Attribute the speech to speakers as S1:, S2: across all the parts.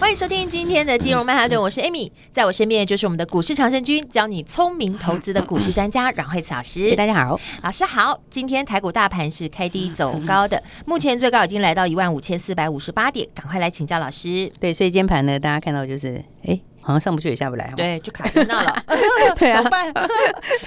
S1: 欢迎收听今天的金融曼哈
S2: 嗯
S1: 顿，我是 Amy，在我身边的就是我们的股市长胜军，教你聪明投资的股市专家阮慧慈老师。
S2: 大家好，
S1: 老师好，今天台股大盘是开低走高 的，目前最高已经来到一万五千四百五十八点，赶快来请教老师。
S2: 对，所以今天盘呢，大家看到就是，哎，好像上不去也下不来，，
S1: 对，就卡在那了，
S2: 对 啊
S1: 怎么办？
S2: 对啊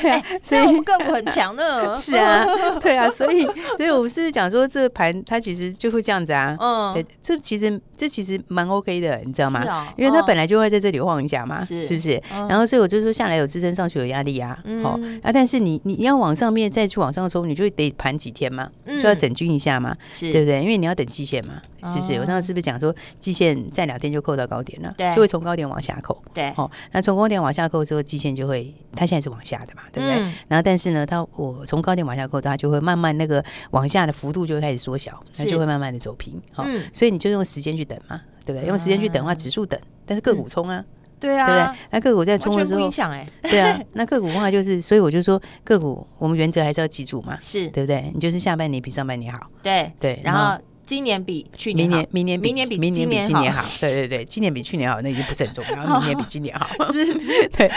S1: 哎，
S2: 所
S1: 那我们
S2: 以。
S1: 个股很强呢，
S2: 是啊，对啊，所以，所以我们是不是讲说这个盘它其实就会这样子 啊？
S1: 嗯
S2: 对，这其实这其实蛮 OK 的，你知道吗？
S1: 是哦
S2: 因为它
S1: 嗯
S2: 本来就会在这里晃一下嘛，
S1: 是
S2: 不是？
S1: 嗯
S2: 然后所以我就说下来有支撑上去有压力啊，
S1: 嗯
S2: 哦啊，但是你你要往上面再去往上冲，你就得盘几天嘛，
S1: 嗯
S2: 就要整军一下嘛，
S1: 是
S2: 对不对？因为你要等季线嘛，是不是？
S1: 哦
S2: 我上次是不是讲说季线在两天就扣到高点了，
S1: 对
S2: 就会从高点往下扣。
S1: 对
S2: 哦，那从高点往下扣之后，季线就会，它现在是往下的嘛，对不对？
S1: 嗯
S2: 然后但是呢，它我从高点往下扣，它就会慢慢那个往下的幅度就会开始缩小，它
S1: 是
S2: 就会慢慢的走平。哦，
S1: 嗯
S2: 所以你就用时间去等嘛，对不对？用时间去等的话，指数等，但是个股冲啊，
S1: 嗯对
S2: 对不
S1: 啊
S2: 对，？那个股在
S1: 完
S2: 冲了
S1: 全
S2: 之
S1: 不影
S2: 后，
S1: 响哎，
S2: 对啊，那个股的话就是，所以我就说个股我们原则还是要记住嘛，
S1: 是
S2: 对不对？你就是下半年比上半年好。
S1: 对
S2: 对
S1: 然
S2: 然
S1: 后今年比去年
S2: 明
S1: 好，
S2: 年明年比
S1: 明年比
S2: 明
S1: 今
S2: 年比
S1: 年
S2: 今 年
S1: 好
S2: 好，对对对，今年比去年好，那已经不是很重 要。明年比今年好，是，对。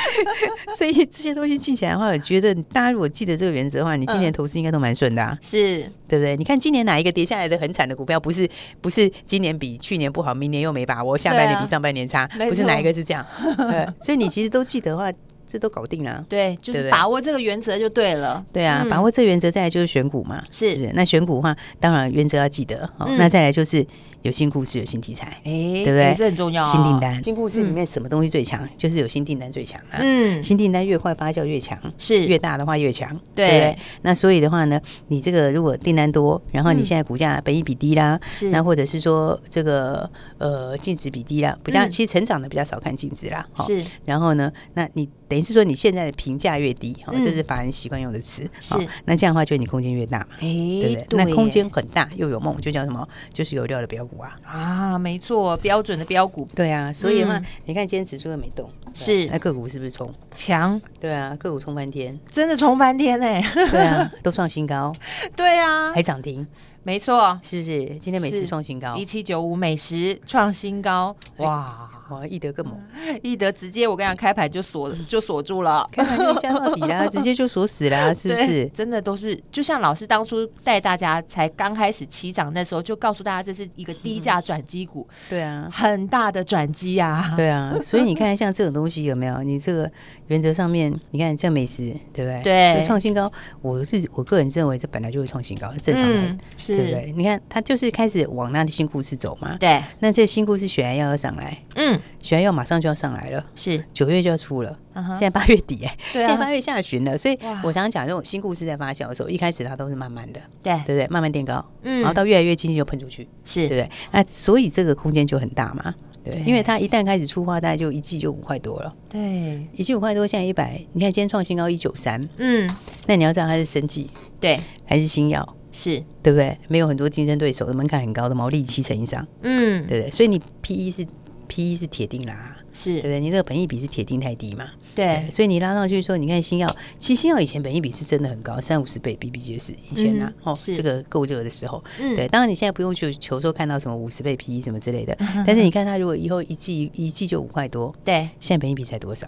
S2: 所以这些东西记起来的话，我觉得大家如果记得这个原则的话，你今年
S1: 嗯
S2: 投资应该都蛮顺的、啊，
S1: 是
S2: 对不对？你看今年哪一个跌下来的很惨的股票，不是不是今年比去年不好，明年又没把握，下
S1: 对啊
S2: 半年比上半年差，
S1: 没
S2: 不是哪
S1: 错
S2: 一个是 这样？对所以你其实都记得的话，这都搞定了啊。
S1: 对，就
S2: 对不
S1: 是
S2: 对
S1: 把握这个原则就对了。
S2: 对啊，
S1: 嗯
S2: 把握这原则，再来就是选股嘛，
S1: 是
S2: 不那选股的话，当然原则要记得。哦
S1: 嗯
S2: 那再来就是有新故事，有新题材。
S1: 哎，
S2: 对不对
S1: 这很重要哦。
S2: 新订单，嗯新故事里面什么东西最强？就是有新订单最强啊。
S1: 嗯，
S2: 新订单越快发酵越强，
S1: 是
S2: 越大的话越强，
S1: 对
S2: 不对？那所以的话呢，你这个如果订单多，然后
S1: 嗯
S2: 你现在股价本益比低啦，
S1: 是
S2: 那或者是说这个呃净值比低啦，比较、
S1: 嗯
S2: 其实成长的比较少看净值啦，哦
S1: 是
S2: 然后呢，那你等于是说你现在的评价越低，哦，
S1: 嗯
S2: 这是法人习惯用的词，
S1: 是
S2: 那这样的话就你空间越大嘛，
S1: 哎，
S2: 对不对？
S1: 对
S2: 那空
S1: 耶
S2: 间很大又有梦，就叫什么？就是有料的标股啊。
S1: 啊，没错，标准的标股
S2: 对啊，所以的话，
S1: 嗯
S2: 你看今天指数又没动，对啊
S1: 是
S2: 那个股是不是冲？
S1: 强，
S2: 对啊，个股冲翻天，
S1: 真的重翻天哎。
S2: 对啊，都创新高，
S1: 对啊
S2: 还，涨停，
S1: 没错，
S2: 是不是？今天每
S1: 是
S2: 次创新高
S1: 一，七九五美食创新高，
S2: 哎
S1: 哇！
S2: 哇，易德更猛，
S1: 易德直接我跟你讲，开盘就锁就锁住了。
S2: 开盘就下到底 啦，直接就锁死啦，是不
S1: 对
S2: 是？
S1: 真的都是，就像老师当初带大家才刚开始起涨那时候，就告诉大家这是一个低价转机股，
S2: 对啊。
S1: 很大的转机啊。
S2: 对啊，所以你看，像这种东西有没有？你这个原则上面，你看像美食，对不对？
S1: 对
S2: 所以创新高，我是我个人认为这本来就会创新高，正常的，
S1: 嗯是
S2: 对不对？你看它就是开始往那的新故事走嘛。
S1: 对，
S2: 那这新故事血压要上来，
S1: 嗯，
S2: 血压药马上就要上来了，
S1: 是，
S2: 九月就要出了，
S1: 嗯哼
S2: 现在八月底哎、
S1: 对啊
S2: 现在八月下旬了，所以
S1: 哇
S2: 我常常讲这种新故事在发酵的时候，一开始它都是慢慢的，
S1: 对，
S2: 对不对？慢慢垫高，
S1: 嗯
S2: 然后到越来越接近就喷出去，对不
S1: 是，
S2: 对？那所以这个空间就很大嘛，对不对，
S1: 对啊
S2: 因为它一旦开始出花，大概就一季就五块多了，
S1: 对，
S2: 一季五块多，现在一百，你看今天创新高一九三，
S1: 嗯，
S2: 那你要知道它是生技
S1: 对，
S2: 还是新药，
S1: 是，
S2: 对不对？没有很多竞争对手，门槛很高的毛利七成以上，
S1: 嗯，
S2: 对不对？所以你 P E 是 P E 是铁定啦。对不
S1: 是，
S2: 对？你这个本益比是铁定太低嘛，
S1: 对，
S2: 所以你拉上去说，你看新药，其实新药以前本益比是真的很高，三五十倍比比皆是。以前
S1: 嗯
S2: 呢、啊，哦，
S1: 是
S2: 这个够热的时候，
S1: 嗯
S2: 对，当然你现在不用去求说看到什么五十倍 PE 什么之类
S1: 嗯
S2: 的，但是你看它如果以后一季一季就五块多，
S1: 对，
S2: 现在本益比才多少，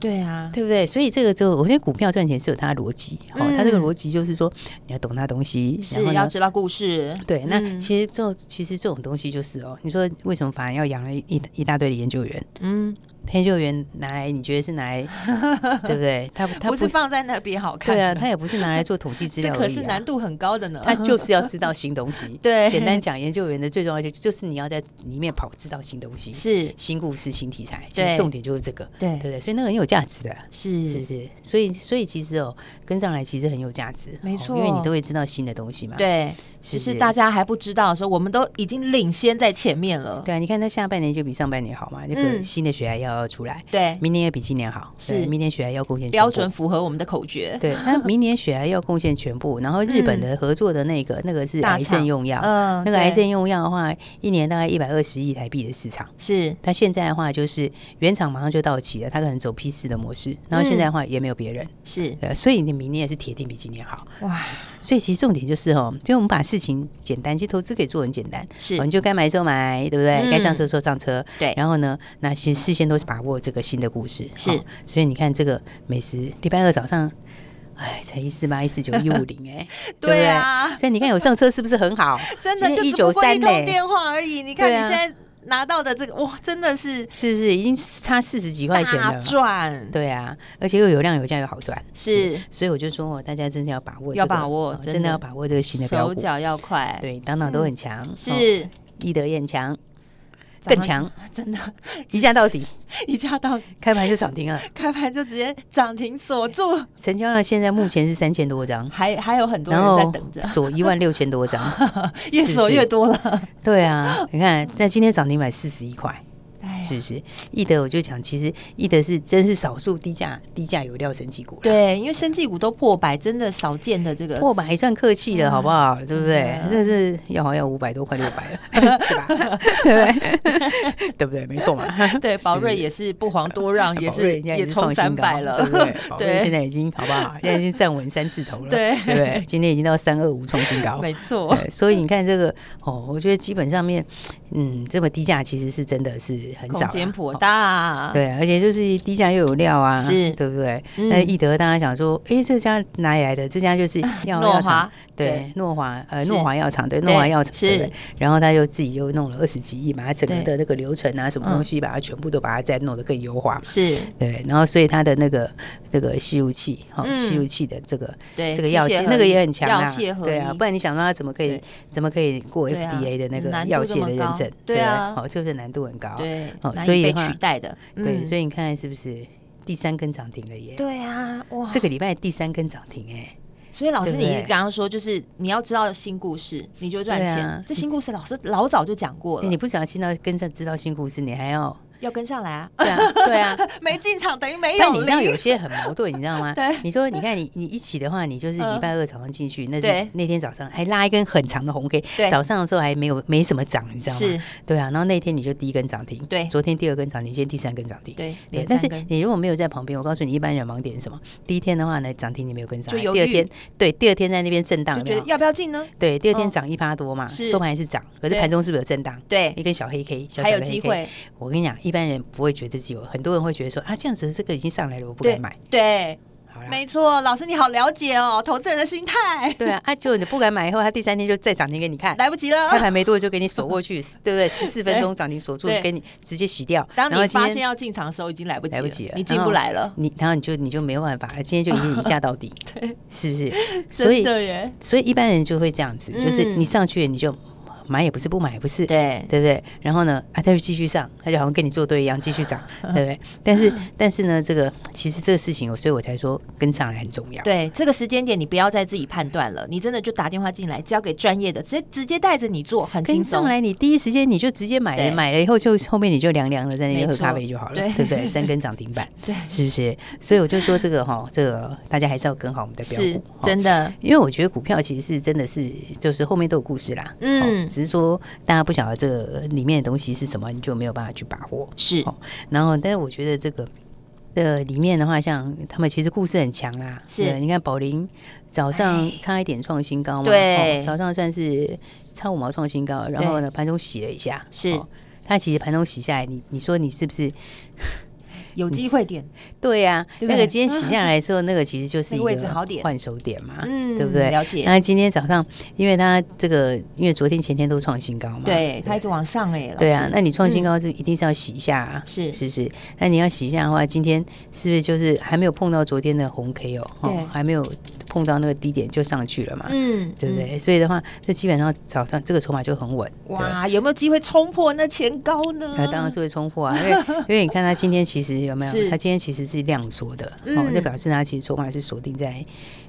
S1: 对啊，
S2: 对不对？所以这个就我觉得股票赚钱是有它的逻辑，哦，它这个
S1: 嗯
S2: 逻辑就是说你要懂它东西，然
S1: 是
S2: 后
S1: 要
S2: 呢。
S1: 知道故事，
S2: 对，那
S1: 嗯
S2: 其实这种其实这种东西就是哦，你说为什么反而要养了一一一大堆的研究员？
S1: 嗯，
S2: 研究员拿来，你觉得是拿 来，对不对？他他
S1: 不是放在那边好看，
S2: 对啊，他也不是拿来做统计 资
S1: 这
S2: 料而
S1: 可
S2: 已、
S1: 是
S2: 啊
S1: 难。度很高 的呢，。
S2: 他就是要知道新东 西
S1: 对
S2: 简单讲，研究员的最重要就就是你要在里面跑，知道新东西、
S1: 是，
S2: 新故事、新题材。其
S1: 对
S2: 实重点就是这个，对不
S1: 对，
S2: 对？所以那个很有价值的，是不
S1: 是，
S2: 是？所以所以其实哦，跟上来其实很有价值，
S1: 没
S2: 哦
S1: 错
S2: 因为你都会知道新的东西嘛。。
S1: 对，就是是大家还不知道的时候，我们都已经领先在前面了。
S2: 对啊，你看它下半年就比上半年好嘛，那个
S1: 嗯
S2: 新的血压药要出来，
S1: 对，
S2: 明年也比今年好，对
S1: 是
S2: 明年血压药贡献全
S1: 标
S2: 部
S1: 准。符合我们的口诀。
S2: 对，它明年血压药贡献全部，然后日本的合作的那个、那个是
S1: 大
S2: 癌
S1: 厂
S2: 症用药，
S1: 嗯
S2: 啊那个癌
S1: 对
S2: 症用药的话，一年大概一百二十亿台币的市场。
S1: 是
S2: 它现在的话就是原厂马上就到期了，它可能走批次的模式，然后现在
S1: 嗯
S2: 的话也没有别人，
S1: 是
S2: 对，啊所以你明年也是铁定比今年好。
S1: 哇，
S2: 所以其实重点就是哦，就我们把事情简单，其实投资可以做很简单，
S1: 是
S2: 哦你就该买的时候买，对不对？
S1: 嗯
S2: 该上车的时候上车，
S1: 对
S2: 然后呢，那其实事先都是把握这个新的故事，
S1: 是
S2: 所以你看这个美食，礼拜二早上。哎，才一四八、一四九、一五零，哎，不
S1: 对啊
S2: 所以你看有上车是不是 很好？
S1: 真的
S2: 今
S1: 就
S2: 天
S1: 只不过
S2: 193
S1: 一通
S2: 嘞
S1: 电话而已。你看
S2: 对
S1: 你
S2: 啊
S1: 现在拿到的这个，哇，真的是
S2: 是不是已经差四十几块钱
S1: 大
S2: 了？
S1: 赚，
S2: 对啊，而且又有量有价又好赚，
S1: 是
S2: 所以我就说，大家真的要把握这个、
S1: 要把握
S2: 哦
S1: 真的
S2: 真的要把握这个新的
S1: 手
S2: 标股。
S1: 脚要快，
S2: 对，当当都很强，哦
S1: 是
S2: 易、德也很强，
S1: 早
S2: 更
S1: 上
S2: 强，
S1: 真的，
S2: 一下到底，
S1: 一下到
S2: 开盘就涨停 了，
S1: 开盘就直接涨停锁住，
S2: 成交量现在目前是三千多张。
S1: 还还有很多
S2: 然
S1: 人在
S2: 后
S1: 等着，
S2: 锁一万六千多张，
S1: 越
S2: 是
S1: 锁
S2: 是
S1: 越多了，
S2: 对啊，你看，在今天涨停板四十一块，
S1: 哎呀
S2: 是不是？易德我就讲，其实易德是真是少数低价低价有料神技股啦，
S1: 对，因为生技股都破百，真的少见的这个
S2: 破百还算客气的，好不好？对不对？
S1: 嗯
S2: 这是要好要五百多，快六百 了，是吧？对不对？ 对不对？没错嘛。
S1: 对，宝
S2: 是
S1: 瑞也是不遑多 让， 也
S2: 宝瑞
S1: 是
S2: 人家
S1: 也
S2: 是
S1: 冲
S2: 创新
S1: 三
S2: 高
S1: 百了
S2: 对不 对？，宝瑞现
S1: 对，
S2: 在已经好 不好？现在已经站稳三字头了，
S1: 对
S2: 对不对？今天已经到三二五创新高，
S1: 没错，
S2: 对所以你看这个哦，我觉得基本上面，嗯，这么低价其实是真的是很少
S1: 空
S2: 啦，
S1: 间颇
S2: 哦
S1: 大，
S2: 对，而且就是低价又有料啊，
S1: 是
S2: 对不对？
S1: 嗯
S2: 那易德大家想说，哎，这家哪里来的？这家就是药
S1: 啊诺
S2: 药
S1: 华
S2: 厂，对，诺华呃
S1: 是
S2: 诺华药厂对，
S1: 对
S2: 诺华药厂
S1: 是
S2: 对不对然后他又自己又弄了二十几亿，把它整个
S1: 对
S2: 的那个流程啊，什么
S1: 嗯
S2: 东西，把它全部都把它再弄得更优化。
S1: 是，
S2: 对，然后所以它的那个那个吸入器，哈、
S1: 嗯
S2: 吸入器的这个
S1: 对，
S2: 这个
S1: 机
S2: 药
S1: 械
S2: 器
S1: 合，
S2: 那个
S1: 一
S2: 也很强
S1: 药
S2: 啊
S1: 械，合
S2: 对啊，
S1: 一
S2: 不然你想说它怎么可以
S1: 对
S2: 怎么可以过
S1: 对啊
S2: FDA 的那个
S1: 难度
S2: 药
S1: 这
S2: 械
S1: 么
S2: 的认
S1: 高
S2: 证？
S1: 对
S2: 不
S1: 啊
S2: 好、这个难度很高。
S1: 对，
S2: 哦
S1: 难
S2: 所
S1: 以
S2: 以
S1: 被
S2: 的话
S1: 取代的，
S2: 对，所
S1: 以
S2: 以你看是不是第三根涨停了耶？
S1: 嗯对啊，哇，
S2: 这个礼拜第三根涨停哎，
S1: 所以老师，
S2: 对
S1: 你
S2: 不对
S1: 刚刚说就是你要知道新故事，你就会赚
S2: 对啊
S1: 钱。这新故事老师老早就讲过了
S2: 你，不只要听到跟上知道新故事，你还 要！
S1: 要跟上来啊
S2: 对啊对啊。
S1: 没进场等于没
S2: 但你知道
S1: 力
S2: 有些很矛盾，你知道 吗
S1: 对？
S2: 你说，你看你你一起的话，你就是
S1: 嗯
S2: 礼拜二早上进去，那
S1: 对
S2: 是那天早上还拉一根很长的红 K，
S1: 对
S2: 早上的时候还没有没什么涨，你知道吗？
S1: 是，
S2: 对啊，然后那天你就第一根涨停，
S1: 对
S2: 昨天第二根涨停，今天第三根涨停，
S1: 对
S2: 对。
S1: 连
S2: 但
S1: 三
S2: 是
S1: 根
S2: 你如果没有在旁边，我告诉你，一般人盲点是什么？第一天的话呢，涨停你没有跟上
S1: 就
S2: 来，
S1: 犹
S2: 第二
S1: 豫
S2: 天对，第二天在那边震荡，
S1: 就觉
S2: 有没有
S1: 得要不要进呢？
S2: 对，第
S1: 嗯
S2: 二天涨一趴多嘛，
S1: 是
S2: 收盘还是涨，可是
S1: 对
S2: 盘中是不是有震荡？
S1: 对，
S2: 一根小黑 K，小哎
S1: 还
S2: 小
S1: 有
S2: 的
S1: 机
S2: 黑 K。
S1: 会，
S2: 我跟你讲，一般人不会觉得自己有，很多人会觉得说啊，这样子这个已经上来了，我不
S1: 对
S2: 敢买。
S1: 对，
S2: 好啦，
S1: 没 错，老师你好了解哦，投资人的心态，
S2: 对啊，啊，结果你不敢买以后，他第三天就再涨停给你看，
S1: 来不及了
S2: 开。盘没多久就给你锁 过去，对不对？十四分钟涨停锁住
S1: 对，
S2: 给你直接洗掉。
S1: 当
S2: 然
S1: 你
S2: 后今
S1: 发现
S2: 天
S1: 要进场的时候，已经来不及了，
S2: 来不及了，嗯
S1: 你进不来了。
S2: 你然后你就你就没有办 法了，今天就已经一价到底，
S1: 对，
S2: 是不是？所
S1: 真
S2: 以
S1: 的耶，
S2: 所以一般人就会这样子，就是
S1: 嗯
S2: 你上去了你就买也不是，不买也不是，
S1: 对
S2: 对不对？然后呢，啊，他就继续上，他就好像跟你作对一样，继续涨，对不对？但是，但是呢，这个其实这个事情，所以我才说跟上来很重要。
S1: 对，这个时间点你不要再自己判断了，你真的就打电话进来，交给专业的，直接直接带着你做，很轻
S2: 跟
S1: 松
S2: 上。来，你第一时间你就直接买
S1: 对
S2: 了，买了以后就后面你就凉凉的在那
S1: 没
S2: 边喝
S1: 错
S2: 咖啡就好了，
S1: 对
S2: 对不对？三根涨停板，
S1: 对，
S2: 是不是？所以我就说这个哈，这个大家还是要跟好我们的标
S1: 是
S2: 股，哈
S1: 真的，
S2: 因为我觉得股票其实是真的是，就是后面都有故事啦，
S1: 嗯
S2: 哦只是说大家不晓得这里面的东西是什么，你就没有办法去把握。
S1: 是
S2: 哦然后，但是我觉得这个。呃，里面的话，像他们其实故事很强啦。
S1: 是哎
S2: 对你看宝林早上差一点创新高嘛，
S1: 对
S2: 哦早上算是差五毛创新高，然后呢盘中洗了一下，
S1: 是
S2: 哦它其实盘中洗下来，你你说你是不是嗯
S1: 有机会点，
S2: 对呀、
S1: 对不
S2: 那
S1: 对
S2: 个今天洗下来的时候，那个其实就
S1: 那
S2: 是一
S1: 个
S2: 个
S1: 位置好点
S2: 换手点嘛，
S1: 嗯
S2: 对不对？
S1: 了解
S2: 那今天早上，因为它这个，因为昨天前天都创新高嘛，
S1: 对，它一直往上哎，老
S2: 对啊
S1: 师，
S2: 那你创新高就一定是要洗一下啊，
S1: 是
S2: 是不是？那你要洗一下的话，今天是不是就是还没有碰到昨天的红 K 哦？
S1: 对
S2: 哦，还没有碰到那个低点就上去了嘛，
S1: 嗯，
S2: 对不对？啊所以的话，这基本上早上这个筹码就很稳，
S1: 嗯？
S2: 对
S1: 哇，有没有机会冲破那前高呢？
S2: 那当然是会冲破啊， 因为因为你看它今天其实有没
S1: 是
S2: 有？它今天其实是量缩的，哦，
S1: 嗯
S2: 就表示它其实筹码是锁定在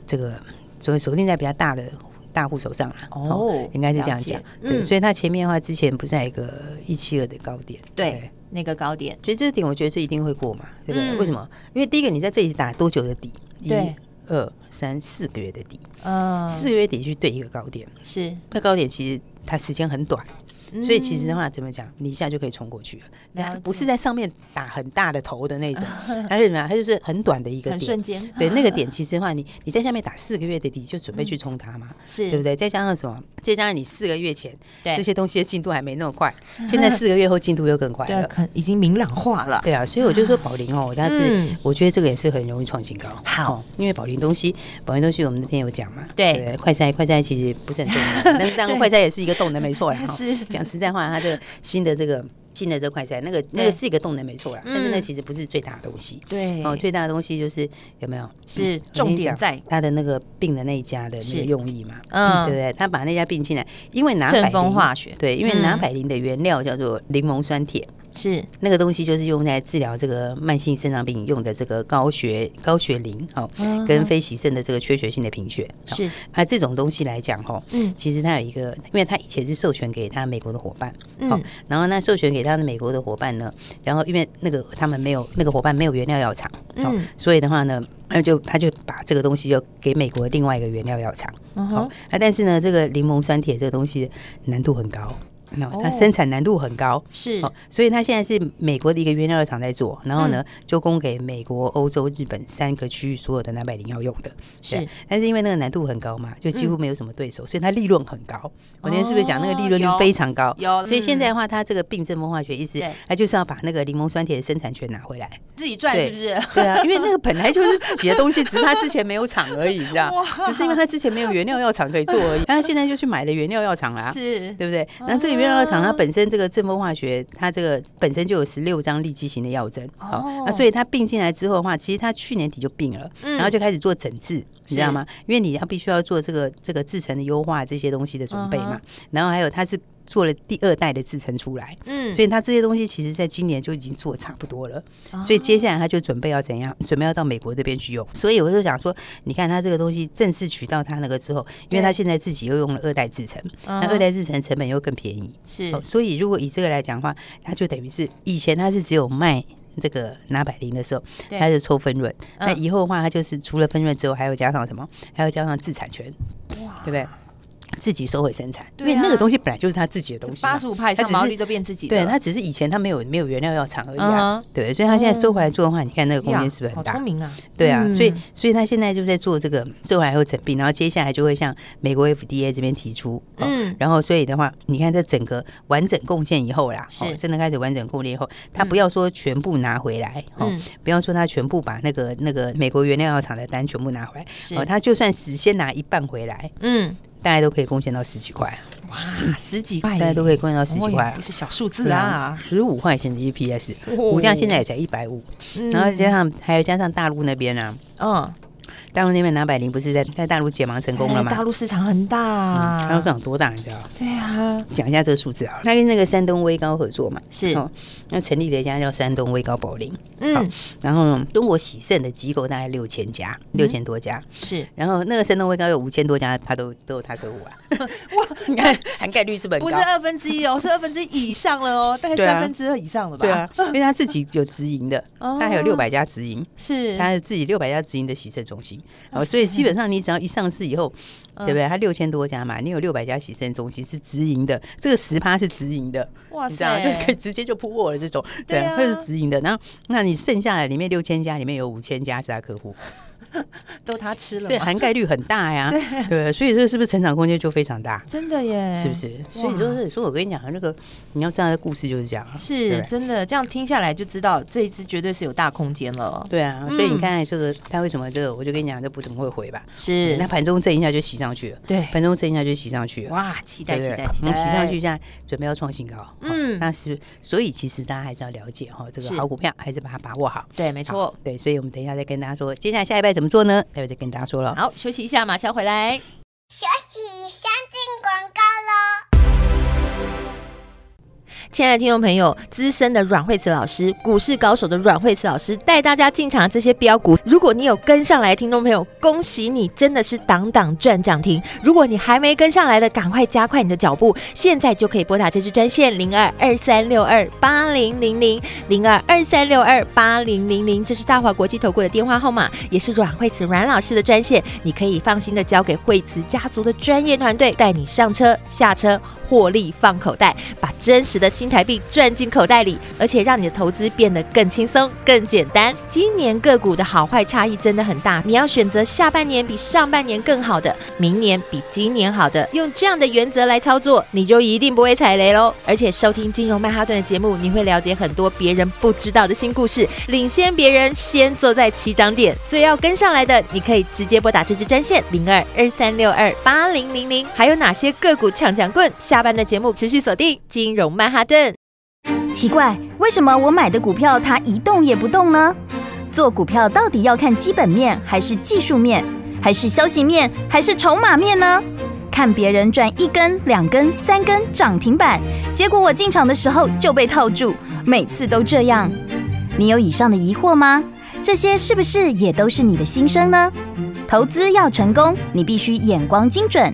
S2: 这个锁锁定在比较大的大户手上啦。啊
S1: 哦
S2: 应该是这样
S1: 了解
S2: 讲。
S1: 嗯
S2: 对，所以它前面的话，之前不是还有一个一七二的高点？
S1: 对，那个高点，
S2: 所以这个点我觉得是一定会过嘛，对不对？
S1: 嗯
S2: 为什么？因为第一个你在这里打多久的底？一
S1: 对、
S2: 二、三、四个月的底，
S1: 嗯，
S2: 四个月底去对一个高点，
S1: 是，嗯
S2: 那高点其实它时间很短，所以其实的话怎么讲，你一下就可以冲过去了。
S1: 了解
S2: 它不是在上面打很大的头的 那种，而是什么样？它就是很短的一
S1: 嗯
S2: 个
S1: 很
S2: 点
S1: 瞬。间，
S2: 对那个点，其实的话，你你在下面打四个月的底，就准备去冲它嘛，
S1: 是
S2: 对不对？再加上什么？再加上你四个月前
S1: 嗯对
S2: 这些东西的进度还没那 么快，现在四个月后进度又更快
S1: 对，
S2: 了。
S1: 可已经明朗化了，
S2: 对啊，所以我就说宝林哦，但是、
S1: 嗯
S2: 我觉得这个也是很容易创新高。
S1: 好
S2: 哦，因为宝林东西，宝林东西我们那天有讲嘛，
S1: 对
S2: 不快筛快筛其实不是很重 要，但是当然快筛也是一个动能，没错啦。哦
S1: 是
S2: 讲实在话，它这个新的这个新的这快筛，那个那个是一个动能，没错啦，
S1: 嗯
S2: 但是那其实不是最大的东西。
S1: 对
S2: 哦，最大的东西就是有没有
S1: 是
S2: 嗯
S1: 重
S2: 我跟你
S1: 点
S2: 讲
S1: 在
S2: 他的那个病的那一家的那
S1: 是
S2: 个用意嘛，
S1: 嗯
S2: 对不对？他把那家病进来，因为拿
S1: 正
S2: 百
S1: 风
S2: 灵
S1: 化学
S2: 对，因为拿
S1: 嗯
S2: 百灵的原料叫做柠檬酸铁，
S1: 是
S2: 那个东西就是用在治疗这个慢性肾脏病用的这个高血高血磷哦
S1: 嗯，
S2: 跟非洗肾的这个缺血性的贫血。哦
S1: 是，
S2: 那这种东西来讲哦，
S1: 嗯
S2: 其实它有一个，因为它以前是授权给他美国的伙伴，
S1: 嗯
S2: 哦，然后那授权给他的美国的伙伴呢，然后因为那个他们没有那个伙伴没有原料药厂，哦
S1: 嗯，
S2: 所以的话呢，那就他就把这个东西就给美国另外一个原料药厂。
S1: 嗯
S2: 好、
S1: 哼，
S2: 啊，但是呢，这个柠檬酸铁这个东西难度很高，那、它
S1: 哦
S2: 生产难度很高。
S1: 是
S2: 哦，所以它现在是美国的一个原料药厂在做，然后
S1: 嗯
S2: 呢，就供给美国、欧洲、日本三个区域所有的南百灵要用的。对
S1: 是，嗯
S2: 但是因为那个难度很高嘛，就几乎没有什么对手，所以它利润很高。我那天是不是讲那个利润率
S1: 哦有
S2: 非常高？
S1: 有
S2: 所以现在
S1: 嗯
S2: 的话，它这个病症风化学意思
S1: 对，
S2: 它就是要把那个柠檬酸铁的生产权拿回来。
S1: 自己赚是不是？
S2: 对啊，因为那个本来就是自己的东西，只是他之前没有厂而已，你知道
S1: 哇，
S2: 只是因为他之前没有原料药厂可以做而 已，他现在就去买了原料药厂啦。
S1: 是
S2: 啊对不对？那这个原料药厂，它
S1: 啊
S2: 本身这个正风化学，它这个本身就有十六张立基型的药针，好、
S1: 哦
S2: 那所以它并进来之后的话，其实它去年底就病了，
S1: 嗯
S2: 然后就开始做整治，你知
S1: 是
S2: 道吗？因为你要必须要做这个这个制成的优化这些东西的准备嘛，
S1: 嗯
S2: 然后还有它是做了第二代的制成出来，
S1: 嗯
S2: 所以它这些东西其实在今年就已经做差不多了。
S1: 哦
S2: 所以接下来他就准备要怎样？准备要到美国这边去用。所以我就想说，你看他这个东西正式取到他那个之后，因为他
S1: 对嗯
S2: 现在自己又用了二代制成，
S1: 那
S2: 那二代制成成本又更便宜，
S1: 是
S2: 哦所以如果以这个来讲的话，他就等于是以前他是只有卖。这个拿百灵的时候，
S1: 对
S2: 他就抽分润。
S1: 嗯
S2: 那以后的话，他就是除了分润之后，还要加上什么？还要加上自产权，对不对？自己收回生产，因
S1: 对
S2: 为那个
S1: 啊
S2: 东西本来就是他自己的东西嘛。
S1: 八十五派以
S2: 它
S1: 上
S2: 只是
S1: 毛利都变自己的，
S2: 对，它只是以前它没有没有原料药厂而已啊
S1: 嗯哼
S2: 对，所以它现在收回来做的话，你看那个空
S1: 呀
S2: 间是不是
S1: 好
S2: 很
S1: 聪
S2: 大？
S1: 明啊？
S2: 对啊，
S1: 嗯
S2: 所以所以它现在就在做这个收回来后整病，然后接下来就会向美国 FDA 这边提出，哦、
S1: 嗯
S2: 然后所以的话，你看这整个完整贡献以后啦，哦
S1: 是
S2: 真的开始完整贡献以后，它
S1: 嗯
S2: 不要说全部拿回来，哦
S1: 嗯，
S2: 不要说它全部把那个那个美国原料药厂的单全部拿回来，
S1: 是
S2: 哦，它就算只先拿一半回来，
S1: 嗯，
S2: 大家都可以贡献到十几块啊，
S1: 哇，十几块耶，
S2: 大家都可以贡献到十几块啊
S1: 哦，也是小数字啊，
S2: 十五块钱的 E EPS，
S1: 哦
S2: 股价现在也才一百五，
S1: 嗯
S2: 然后加上还有加上大陆那边啊，
S1: 嗯，
S2: 大陆那边拿百灵不是在在大陆解盲成功了
S1: 哎大
S2: 吗？嗯
S1: 陆市场很大啊，
S2: 大陆市场多大你知道？
S1: 对啊，
S2: 讲一下这个数字啊，他跟那个山东威高合作嘛，
S1: 是
S2: 哦，那成立了一家叫山东威高保龄，好
S1: 嗯，
S2: 然后呢中国喜肾的机构大概六千家，六千多家，
S1: 是
S2: 然后那个山东威高有五千多家，他都都有他客户 啊，哇，你看 涵盖率是不是
S1: 不
S2: 很
S1: 是
S2: 高？
S1: 二分之一哦，是二分之一以上了哦，大概
S2: 对啊
S1: 三分之二以上了吧？
S2: 对啊，因为他自己有直营的，
S1: 哦
S2: 他还有六百家直营，
S1: 是
S2: 它有自己六百家直营的洗肾中心，哦，嗯所以基本上你只要一上市以后，对不对？它六千多家嘛，你有六百家洗肾中心是直营的，这个十趴是直营的，
S1: 哇
S2: 你知道吗就可以直接就铺货了这种，
S1: 对
S2: 对
S1: 啊
S2: 啊，它是直营的。然后，那你剩下的里面六千家里面有五千家是他客户，
S1: 都他吃 了
S2: 所以
S1: 嘛，
S2: 涵盖率很大呀，对，所以这个是不是成长空间就非常大？
S1: 真的耶，
S2: 是不是？所以就是说，我跟你讲，那个你要知道，的故事就是这样啊，对
S1: 是
S2: 不对
S1: 真的，这样听下来就知道这一次绝对是有大空间了。
S2: 对啊，所以
S1: 嗯
S2: 你看这个，他为什么这个，我就跟你讲，这不怎么会回吧？
S1: 是
S2: 那，盘中震一下就洗上去了，
S1: 对
S2: 盘中震一下就洗上去了。
S1: 哇，期
S2: 对
S1: 待
S2: 不
S1: 期
S2: 对
S1: 待期
S2: 我
S1: 待，
S2: 们提上去，现在准备要创新高，哦
S1: 嗯
S2: 那是所以其实大家还是要了解哈，这个
S1: 是
S2: 好股票还是把它把握好，
S1: 对，没错
S2: 好。对，所以我们等一下再跟大家说，接下来下一拜怎么做呢？待会再跟大家说了。
S1: 好，休息一下，马上回来。
S3: 学习先进广告喽。
S1: 亲爱的听众朋友，资深的阮慧慈老师，股市高手的阮慧慈老师带大家进场这些标股，如果你有跟上来，听众朋友，恭喜你，真的是档档赚涨停。如果你还没跟上来的，赶快加快你的脚步，现在就可以拨打这支专线零二二三六二八零零零零二二三六二八零零零，这是大华国际投顾的电话号码，也是阮慧慈阮老师的专线，你可以放心的交给惠慈家族的专业团队带你上车下车。获利放口袋，把真实的新台币赚进口袋里，而且让你的投资变得更轻松、更简单。今年个股的好坏差异真的很大，你要选择下半年比上半年更好的，明年比今年好的，用这样的原则来操作，你就一定不会踩雷喽。而且收听金融曼哈顿的节目，你会了解很多别人不知道的新故事，领先别人，先坐在起涨点。所以要跟上来的，你可以直接拨打这支专线零二二三六二八零零零。还有哪些个股抢抢棍？下。下班的节目持续锁定《金融曼哈顿》。
S3: 奇怪，为什么我买的股票它一动也不动呢？做股票到底要看基本面，还是技术面，还是消息面，还是筹码面呢？看别人赚一根、两根、三根涨停板，结果我进场的时候就被套住，每次都这样。你有以上的疑惑吗？这些是不是也都是你的心声呢？投资要成功，你必须眼光精准。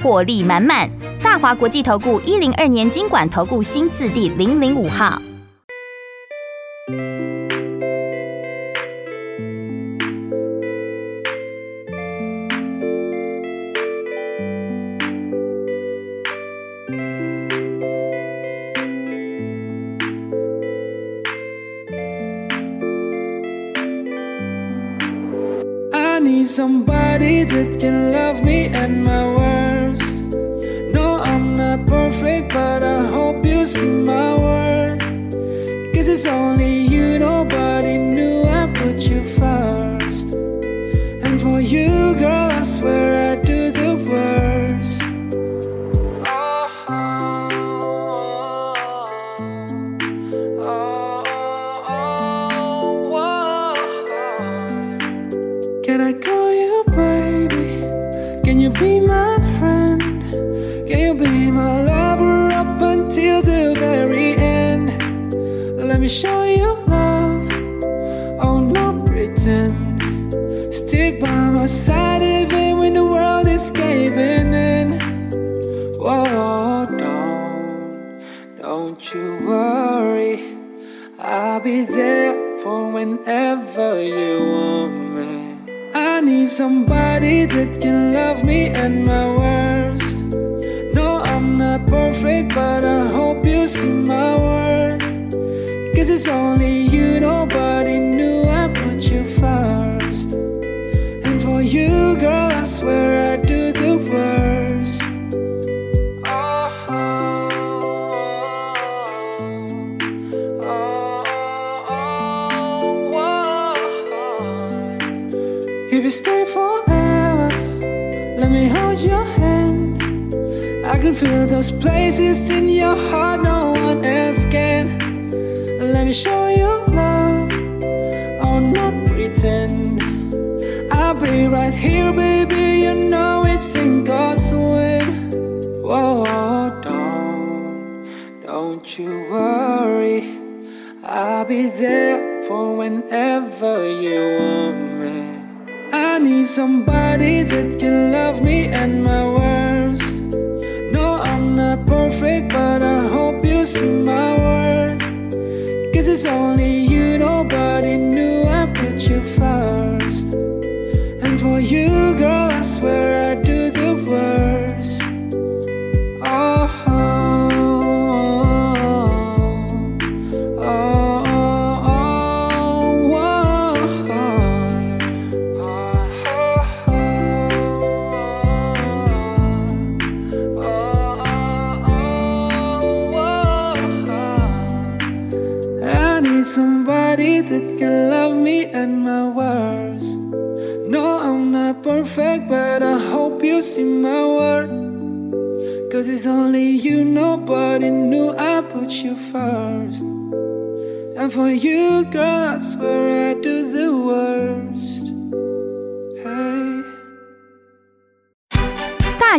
S3: 获利满满。大华国际投顾一零二年经管投顾新字第零零五号。
S4: I need somebody that can love me at my worst. No, I'm not perfect, but I hope you see my worth. Cause it's only you, nobody knew I put you first. And for you, girl, I swear I do the worst. Oh, oh, oh. Can I call you baby? Can you be my friend? Can you be my lover up until the very end? Let me show you love. Oh, no pretend. Stick by my side even when the world is caving in. Whoa, don't, don't you worry. I'll be there for whenever you want me. I need somebody that can love me at my worst. No, I'm not perfect, but I hope you see my worth. Cause it's only you, nobody knew I put you first. And for you, girl, I swear I do the worst. Oh, oh, If you stay forever, let me hold your hand. I can feel those places in your heart no one else can. Let me show you love, oh, not pretend. I'll be right here, baby. You know it's in God's will. Whoa, don't, don't you worry. I'll be there for whenever you want me. I need somebody that can love me at my worst. No, I'm not perfect, but I hope you see my worth. Cause it's only you, nobody knew I put you first. And for you, girl, I swear I do the worst. oh. Oh, oh, oh, oh. me at my worst. No, I'm not perfect, but I hope you see my worth. Cause it's only you, nobody knew I put you first. And for you, girl, I swear I do the worst. Hey.
S3: 大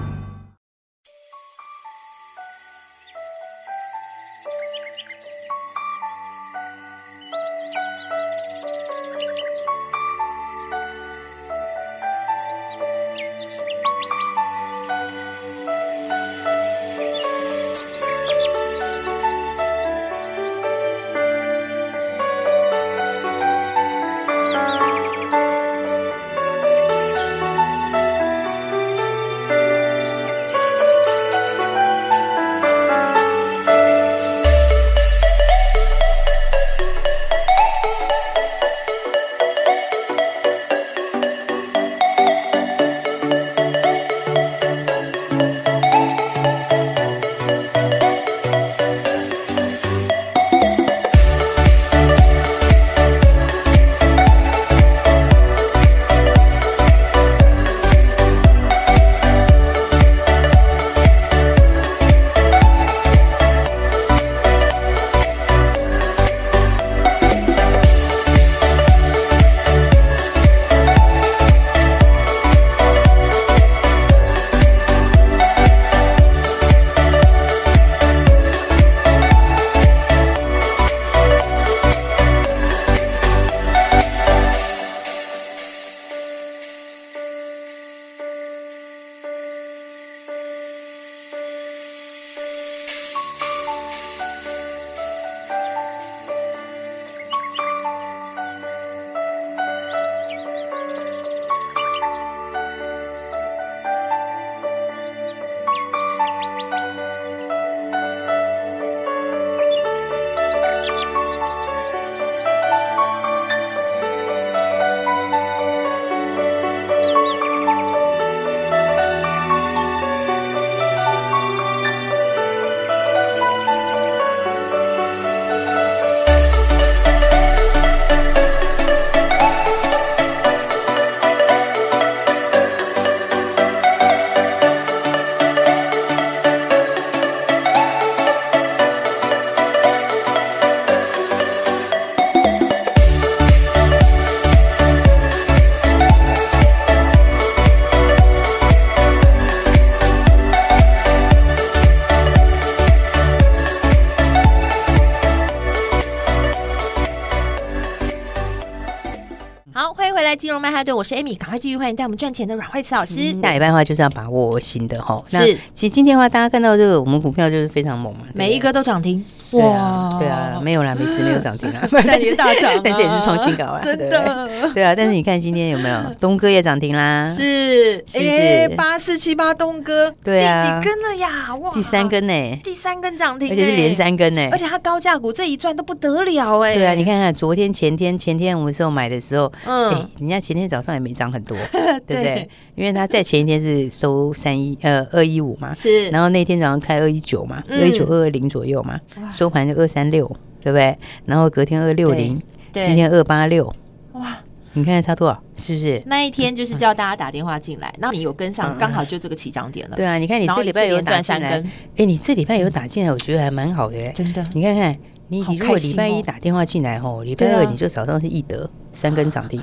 S1: 好，欢迎回来，金融曼哈顿，我是 Amy，赶快继续欢迎带我们赚钱的阮慧慈老师。
S2: 下礼拜的话就是要把握新的哈。那
S1: 是
S2: 其实今天的话，大家看到这个我们股票就是非常猛嘛，对不对
S1: 每一个都涨停，
S2: 对啊，对啊，没有啦，没事，没有涨停 啦，
S1: 但也大涨啊
S2: 但是也是创新高 啊，
S1: 真
S2: 对不对。
S1: 的
S2: 对啊，但是你看今天有没有东哥也涨停啦？，
S1: 是
S2: 是
S1: 哎，
S2: 是
S1: 八四七八东哥，
S2: 对啊
S1: 第几根了呀？哇，
S2: 第三，根呢，
S1: 第三根涨停，哎
S2: 而且是连，三根呢
S1: 而。且它高价股这一赚都不得了哎。
S2: 对啊，你看看昨天、前天、前天我们时候买的时候，
S1: 嗯
S2: 哎，人家前天早上也没涨 很多，对不对
S1: 对？
S2: 因为他在前一天是收三一呃二一五嘛，
S1: 是，
S2: 然后那天早上开二一九嘛，
S1: 嗯
S2: 二一九二二零左右嘛，收盘就二三六，对不对？然后隔天二六零，
S1: 对
S2: 今天二八六，
S1: 哇，
S2: 你看看差多少？是不是？
S1: 那一天就是叫大家打电话进来，那你有跟上，刚好就这个起涨点了。
S2: 对啊，你看你
S1: 然后
S2: 这
S1: 你
S2: 礼拜
S1: 自己
S2: 有
S1: 连
S2: 打
S1: 赚
S2: 进
S1: 三
S2: 来，
S1: 根
S2: 哎，你这礼拜有打进来，我觉得还蛮好的哎。
S1: 真的
S2: 你看看，你
S1: 好
S2: 你如果
S1: 开心
S2: 礼拜一
S1: 哦
S2: 打电话进来吼，礼
S1: 对
S2: 拜
S1: 啊
S2: 二你就早上是易德三根涨停，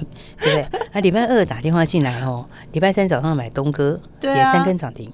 S2: 对不对？啊，礼拜二打电话进来吼，礼拜三早上买东哥
S1: 对
S2: 也
S1: 啊
S2: 三根涨停，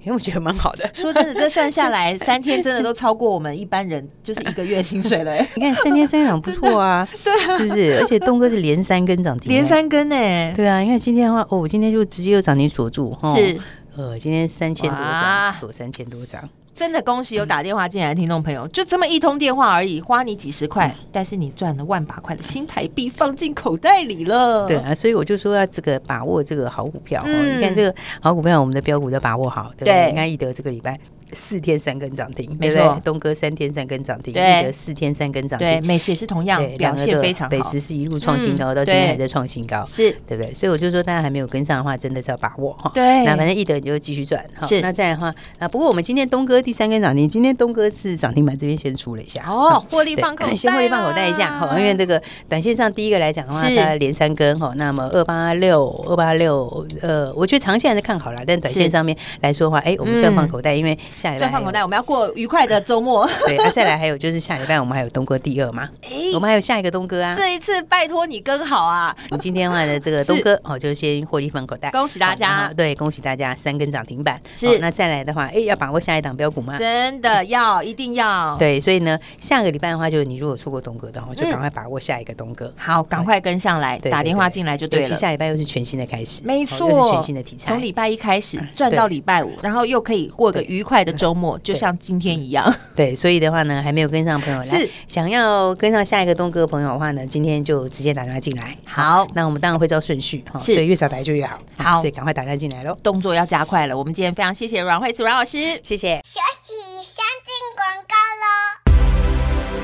S2: 因为我觉得蛮好的。，
S1: 说真的，这算下来三天，真的都超过我们一般人就是一个月薪水了、欸
S2: 你看三天三涨不错啊，对，是不是？而且东哥是连三根涨停，啊
S1: 连。三根呢、
S2: 对啊，你看今天的话，哦，我今天就直接又涨停锁住，哦
S1: 是，
S2: 呃，今天三千多
S1: 哇
S2: 张，锁三千多张，
S1: 真的恭喜有打电话进来的听众朋友，就这么一通电话而已，花你几十块，
S2: 嗯
S1: 但是你赚了万把块的新台币放进口袋里了。
S2: 对啊，所以我就说要这个把握这个好股票。哦，
S1: 嗯
S2: 你看这个好股票，我们的标股都把握好，对不
S1: 对
S2: 对？你看易德这个礼拜。四天三根涨停，
S1: 没
S2: 对不对
S1: 错东
S2: 东哥三天三根涨停，
S1: 对
S2: 易德四天三根涨
S1: 对，
S2: 停，
S1: 美食也是同样
S2: 对
S1: 表现非常
S2: 北
S1: 好
S2: 时，是一路创新高，
S1: 嗯
S2: 到现在还
S1: 对
S2: 在创新高，
S1: 是
S2: 对不对？所以我就说，大家还没有跟上的话，真的是要把握哈。
S1: 对
S2: 那反正易德你就继续赚哈
S1: 是
S2: 那再来的话，啊，不过我们今天东哥第三根涨停，今天东哥是涨停板这边先出了一下
S1: 哦，获利放口袋，
S2: 嗯对先会放口袋一下，好，因为这个短线上第一个来讲的话，
S1: 是
S2: 它连三根哈，那么二八六、二八六，呃，我觉得长线还是看好啦，但短线
S1: 是
S2: 上面来说的话，哎，我们赚放口袋，因为下礼拜
S1: 赚
S2: 还
S1: 放
S2: 有
S1: 口袋，我们要过愉快的周末。
S2: 对，啊，再来还有就是下礼拜我们还有东哥第二嘛，
S1: 哎
S2: 我们还有下一个东哥啊。
S1: 这一次拜托你跟好啊！
S2: 我们今天的话呢，这 个
S1: 是
S2: 东哥哦，就先获利放口袋，
S1: 恭喜大家
S2: 好然后对，恭喜大家三根涨停板。
S1: 是
S2: 好那再来的话，哎，要把握下一档标股嘛。
S1: 真的要，一定要。
S2: 啊嗯对，所以呢，下个礼拜的话，就是你如果错过东哥的话，就
S1: 嗯
S2: 赶快把握下一个东哥。
S1: 好，赶快跟上来，
S2: 对
S1: 打电话进来就对
S2: 尤其
S1: 了。
S2: 下礼拜又是全新的开始，
S1: 没
S2: 哦又是
S1: 错，
S2: 全新的题材
S1: 从。礼拜一开
S2: 嗯
S1: 始赚到礼拜五，然后又可以过个愉快的周末，就像今天
S2: 嗯
S1: 一样。
S2: 对，所以的话呢，还没有跟上的朋友来，
S1: 是
S2: 想要跟上下一个东哥的朋友的话呢，今天就直接打电话进来。
S1: 好
S2: 那我们当然会照顺序哈，
S1: 是
S2: 所以越早来就越好。
S1: 好
S2: 所以赶快打电话进来喽，
S1: 动作要加快了。我们今天非常谢谢阮慧慈阮老师。
S2: 谢谢。
S5: 学习相进广告喽。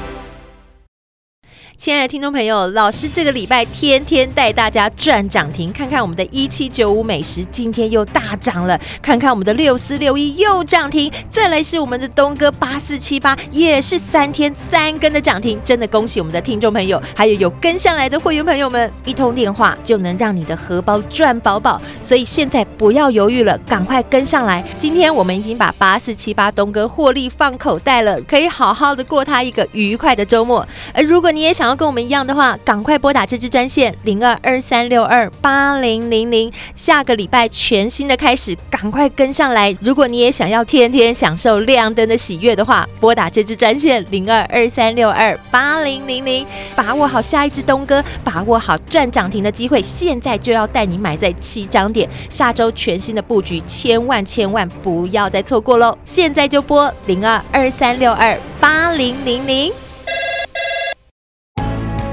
S1: 亲爱的听众朋友，老师这个礼拜天天带大家赚涨停，看看我们的一七九五美食今天又大涨了，看看我们的六四六一又涨停，再来是我们的东哥八四七八也是三天三根的涨停，真的恭喜我们的听众朋友，还有有跟上来的会员朋友们，一通电话就能让你的荷包赚饱饱，所以现在不要犹豫了，赶快跟上来。今天我们已经把八四七八东哥获利放口袋了，可以好好的过它一个愉快的周末。而哎如果你也想要跟我们一样的话，赶快拨打这支专线零二二三六二八零零零。下个礼拜全新的开始，赶快跟上来。如果你也想要天天享受亮灯的喜悦的话，拨打这支专线零二二三六二八零零零，把握好下一支东哥，把握好赚涨停的机会，现在就要带你买在起涨点。下周全新的布局，千万千万不要再错过喽！现在就拨零二二三六二八零零零。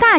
S3: 大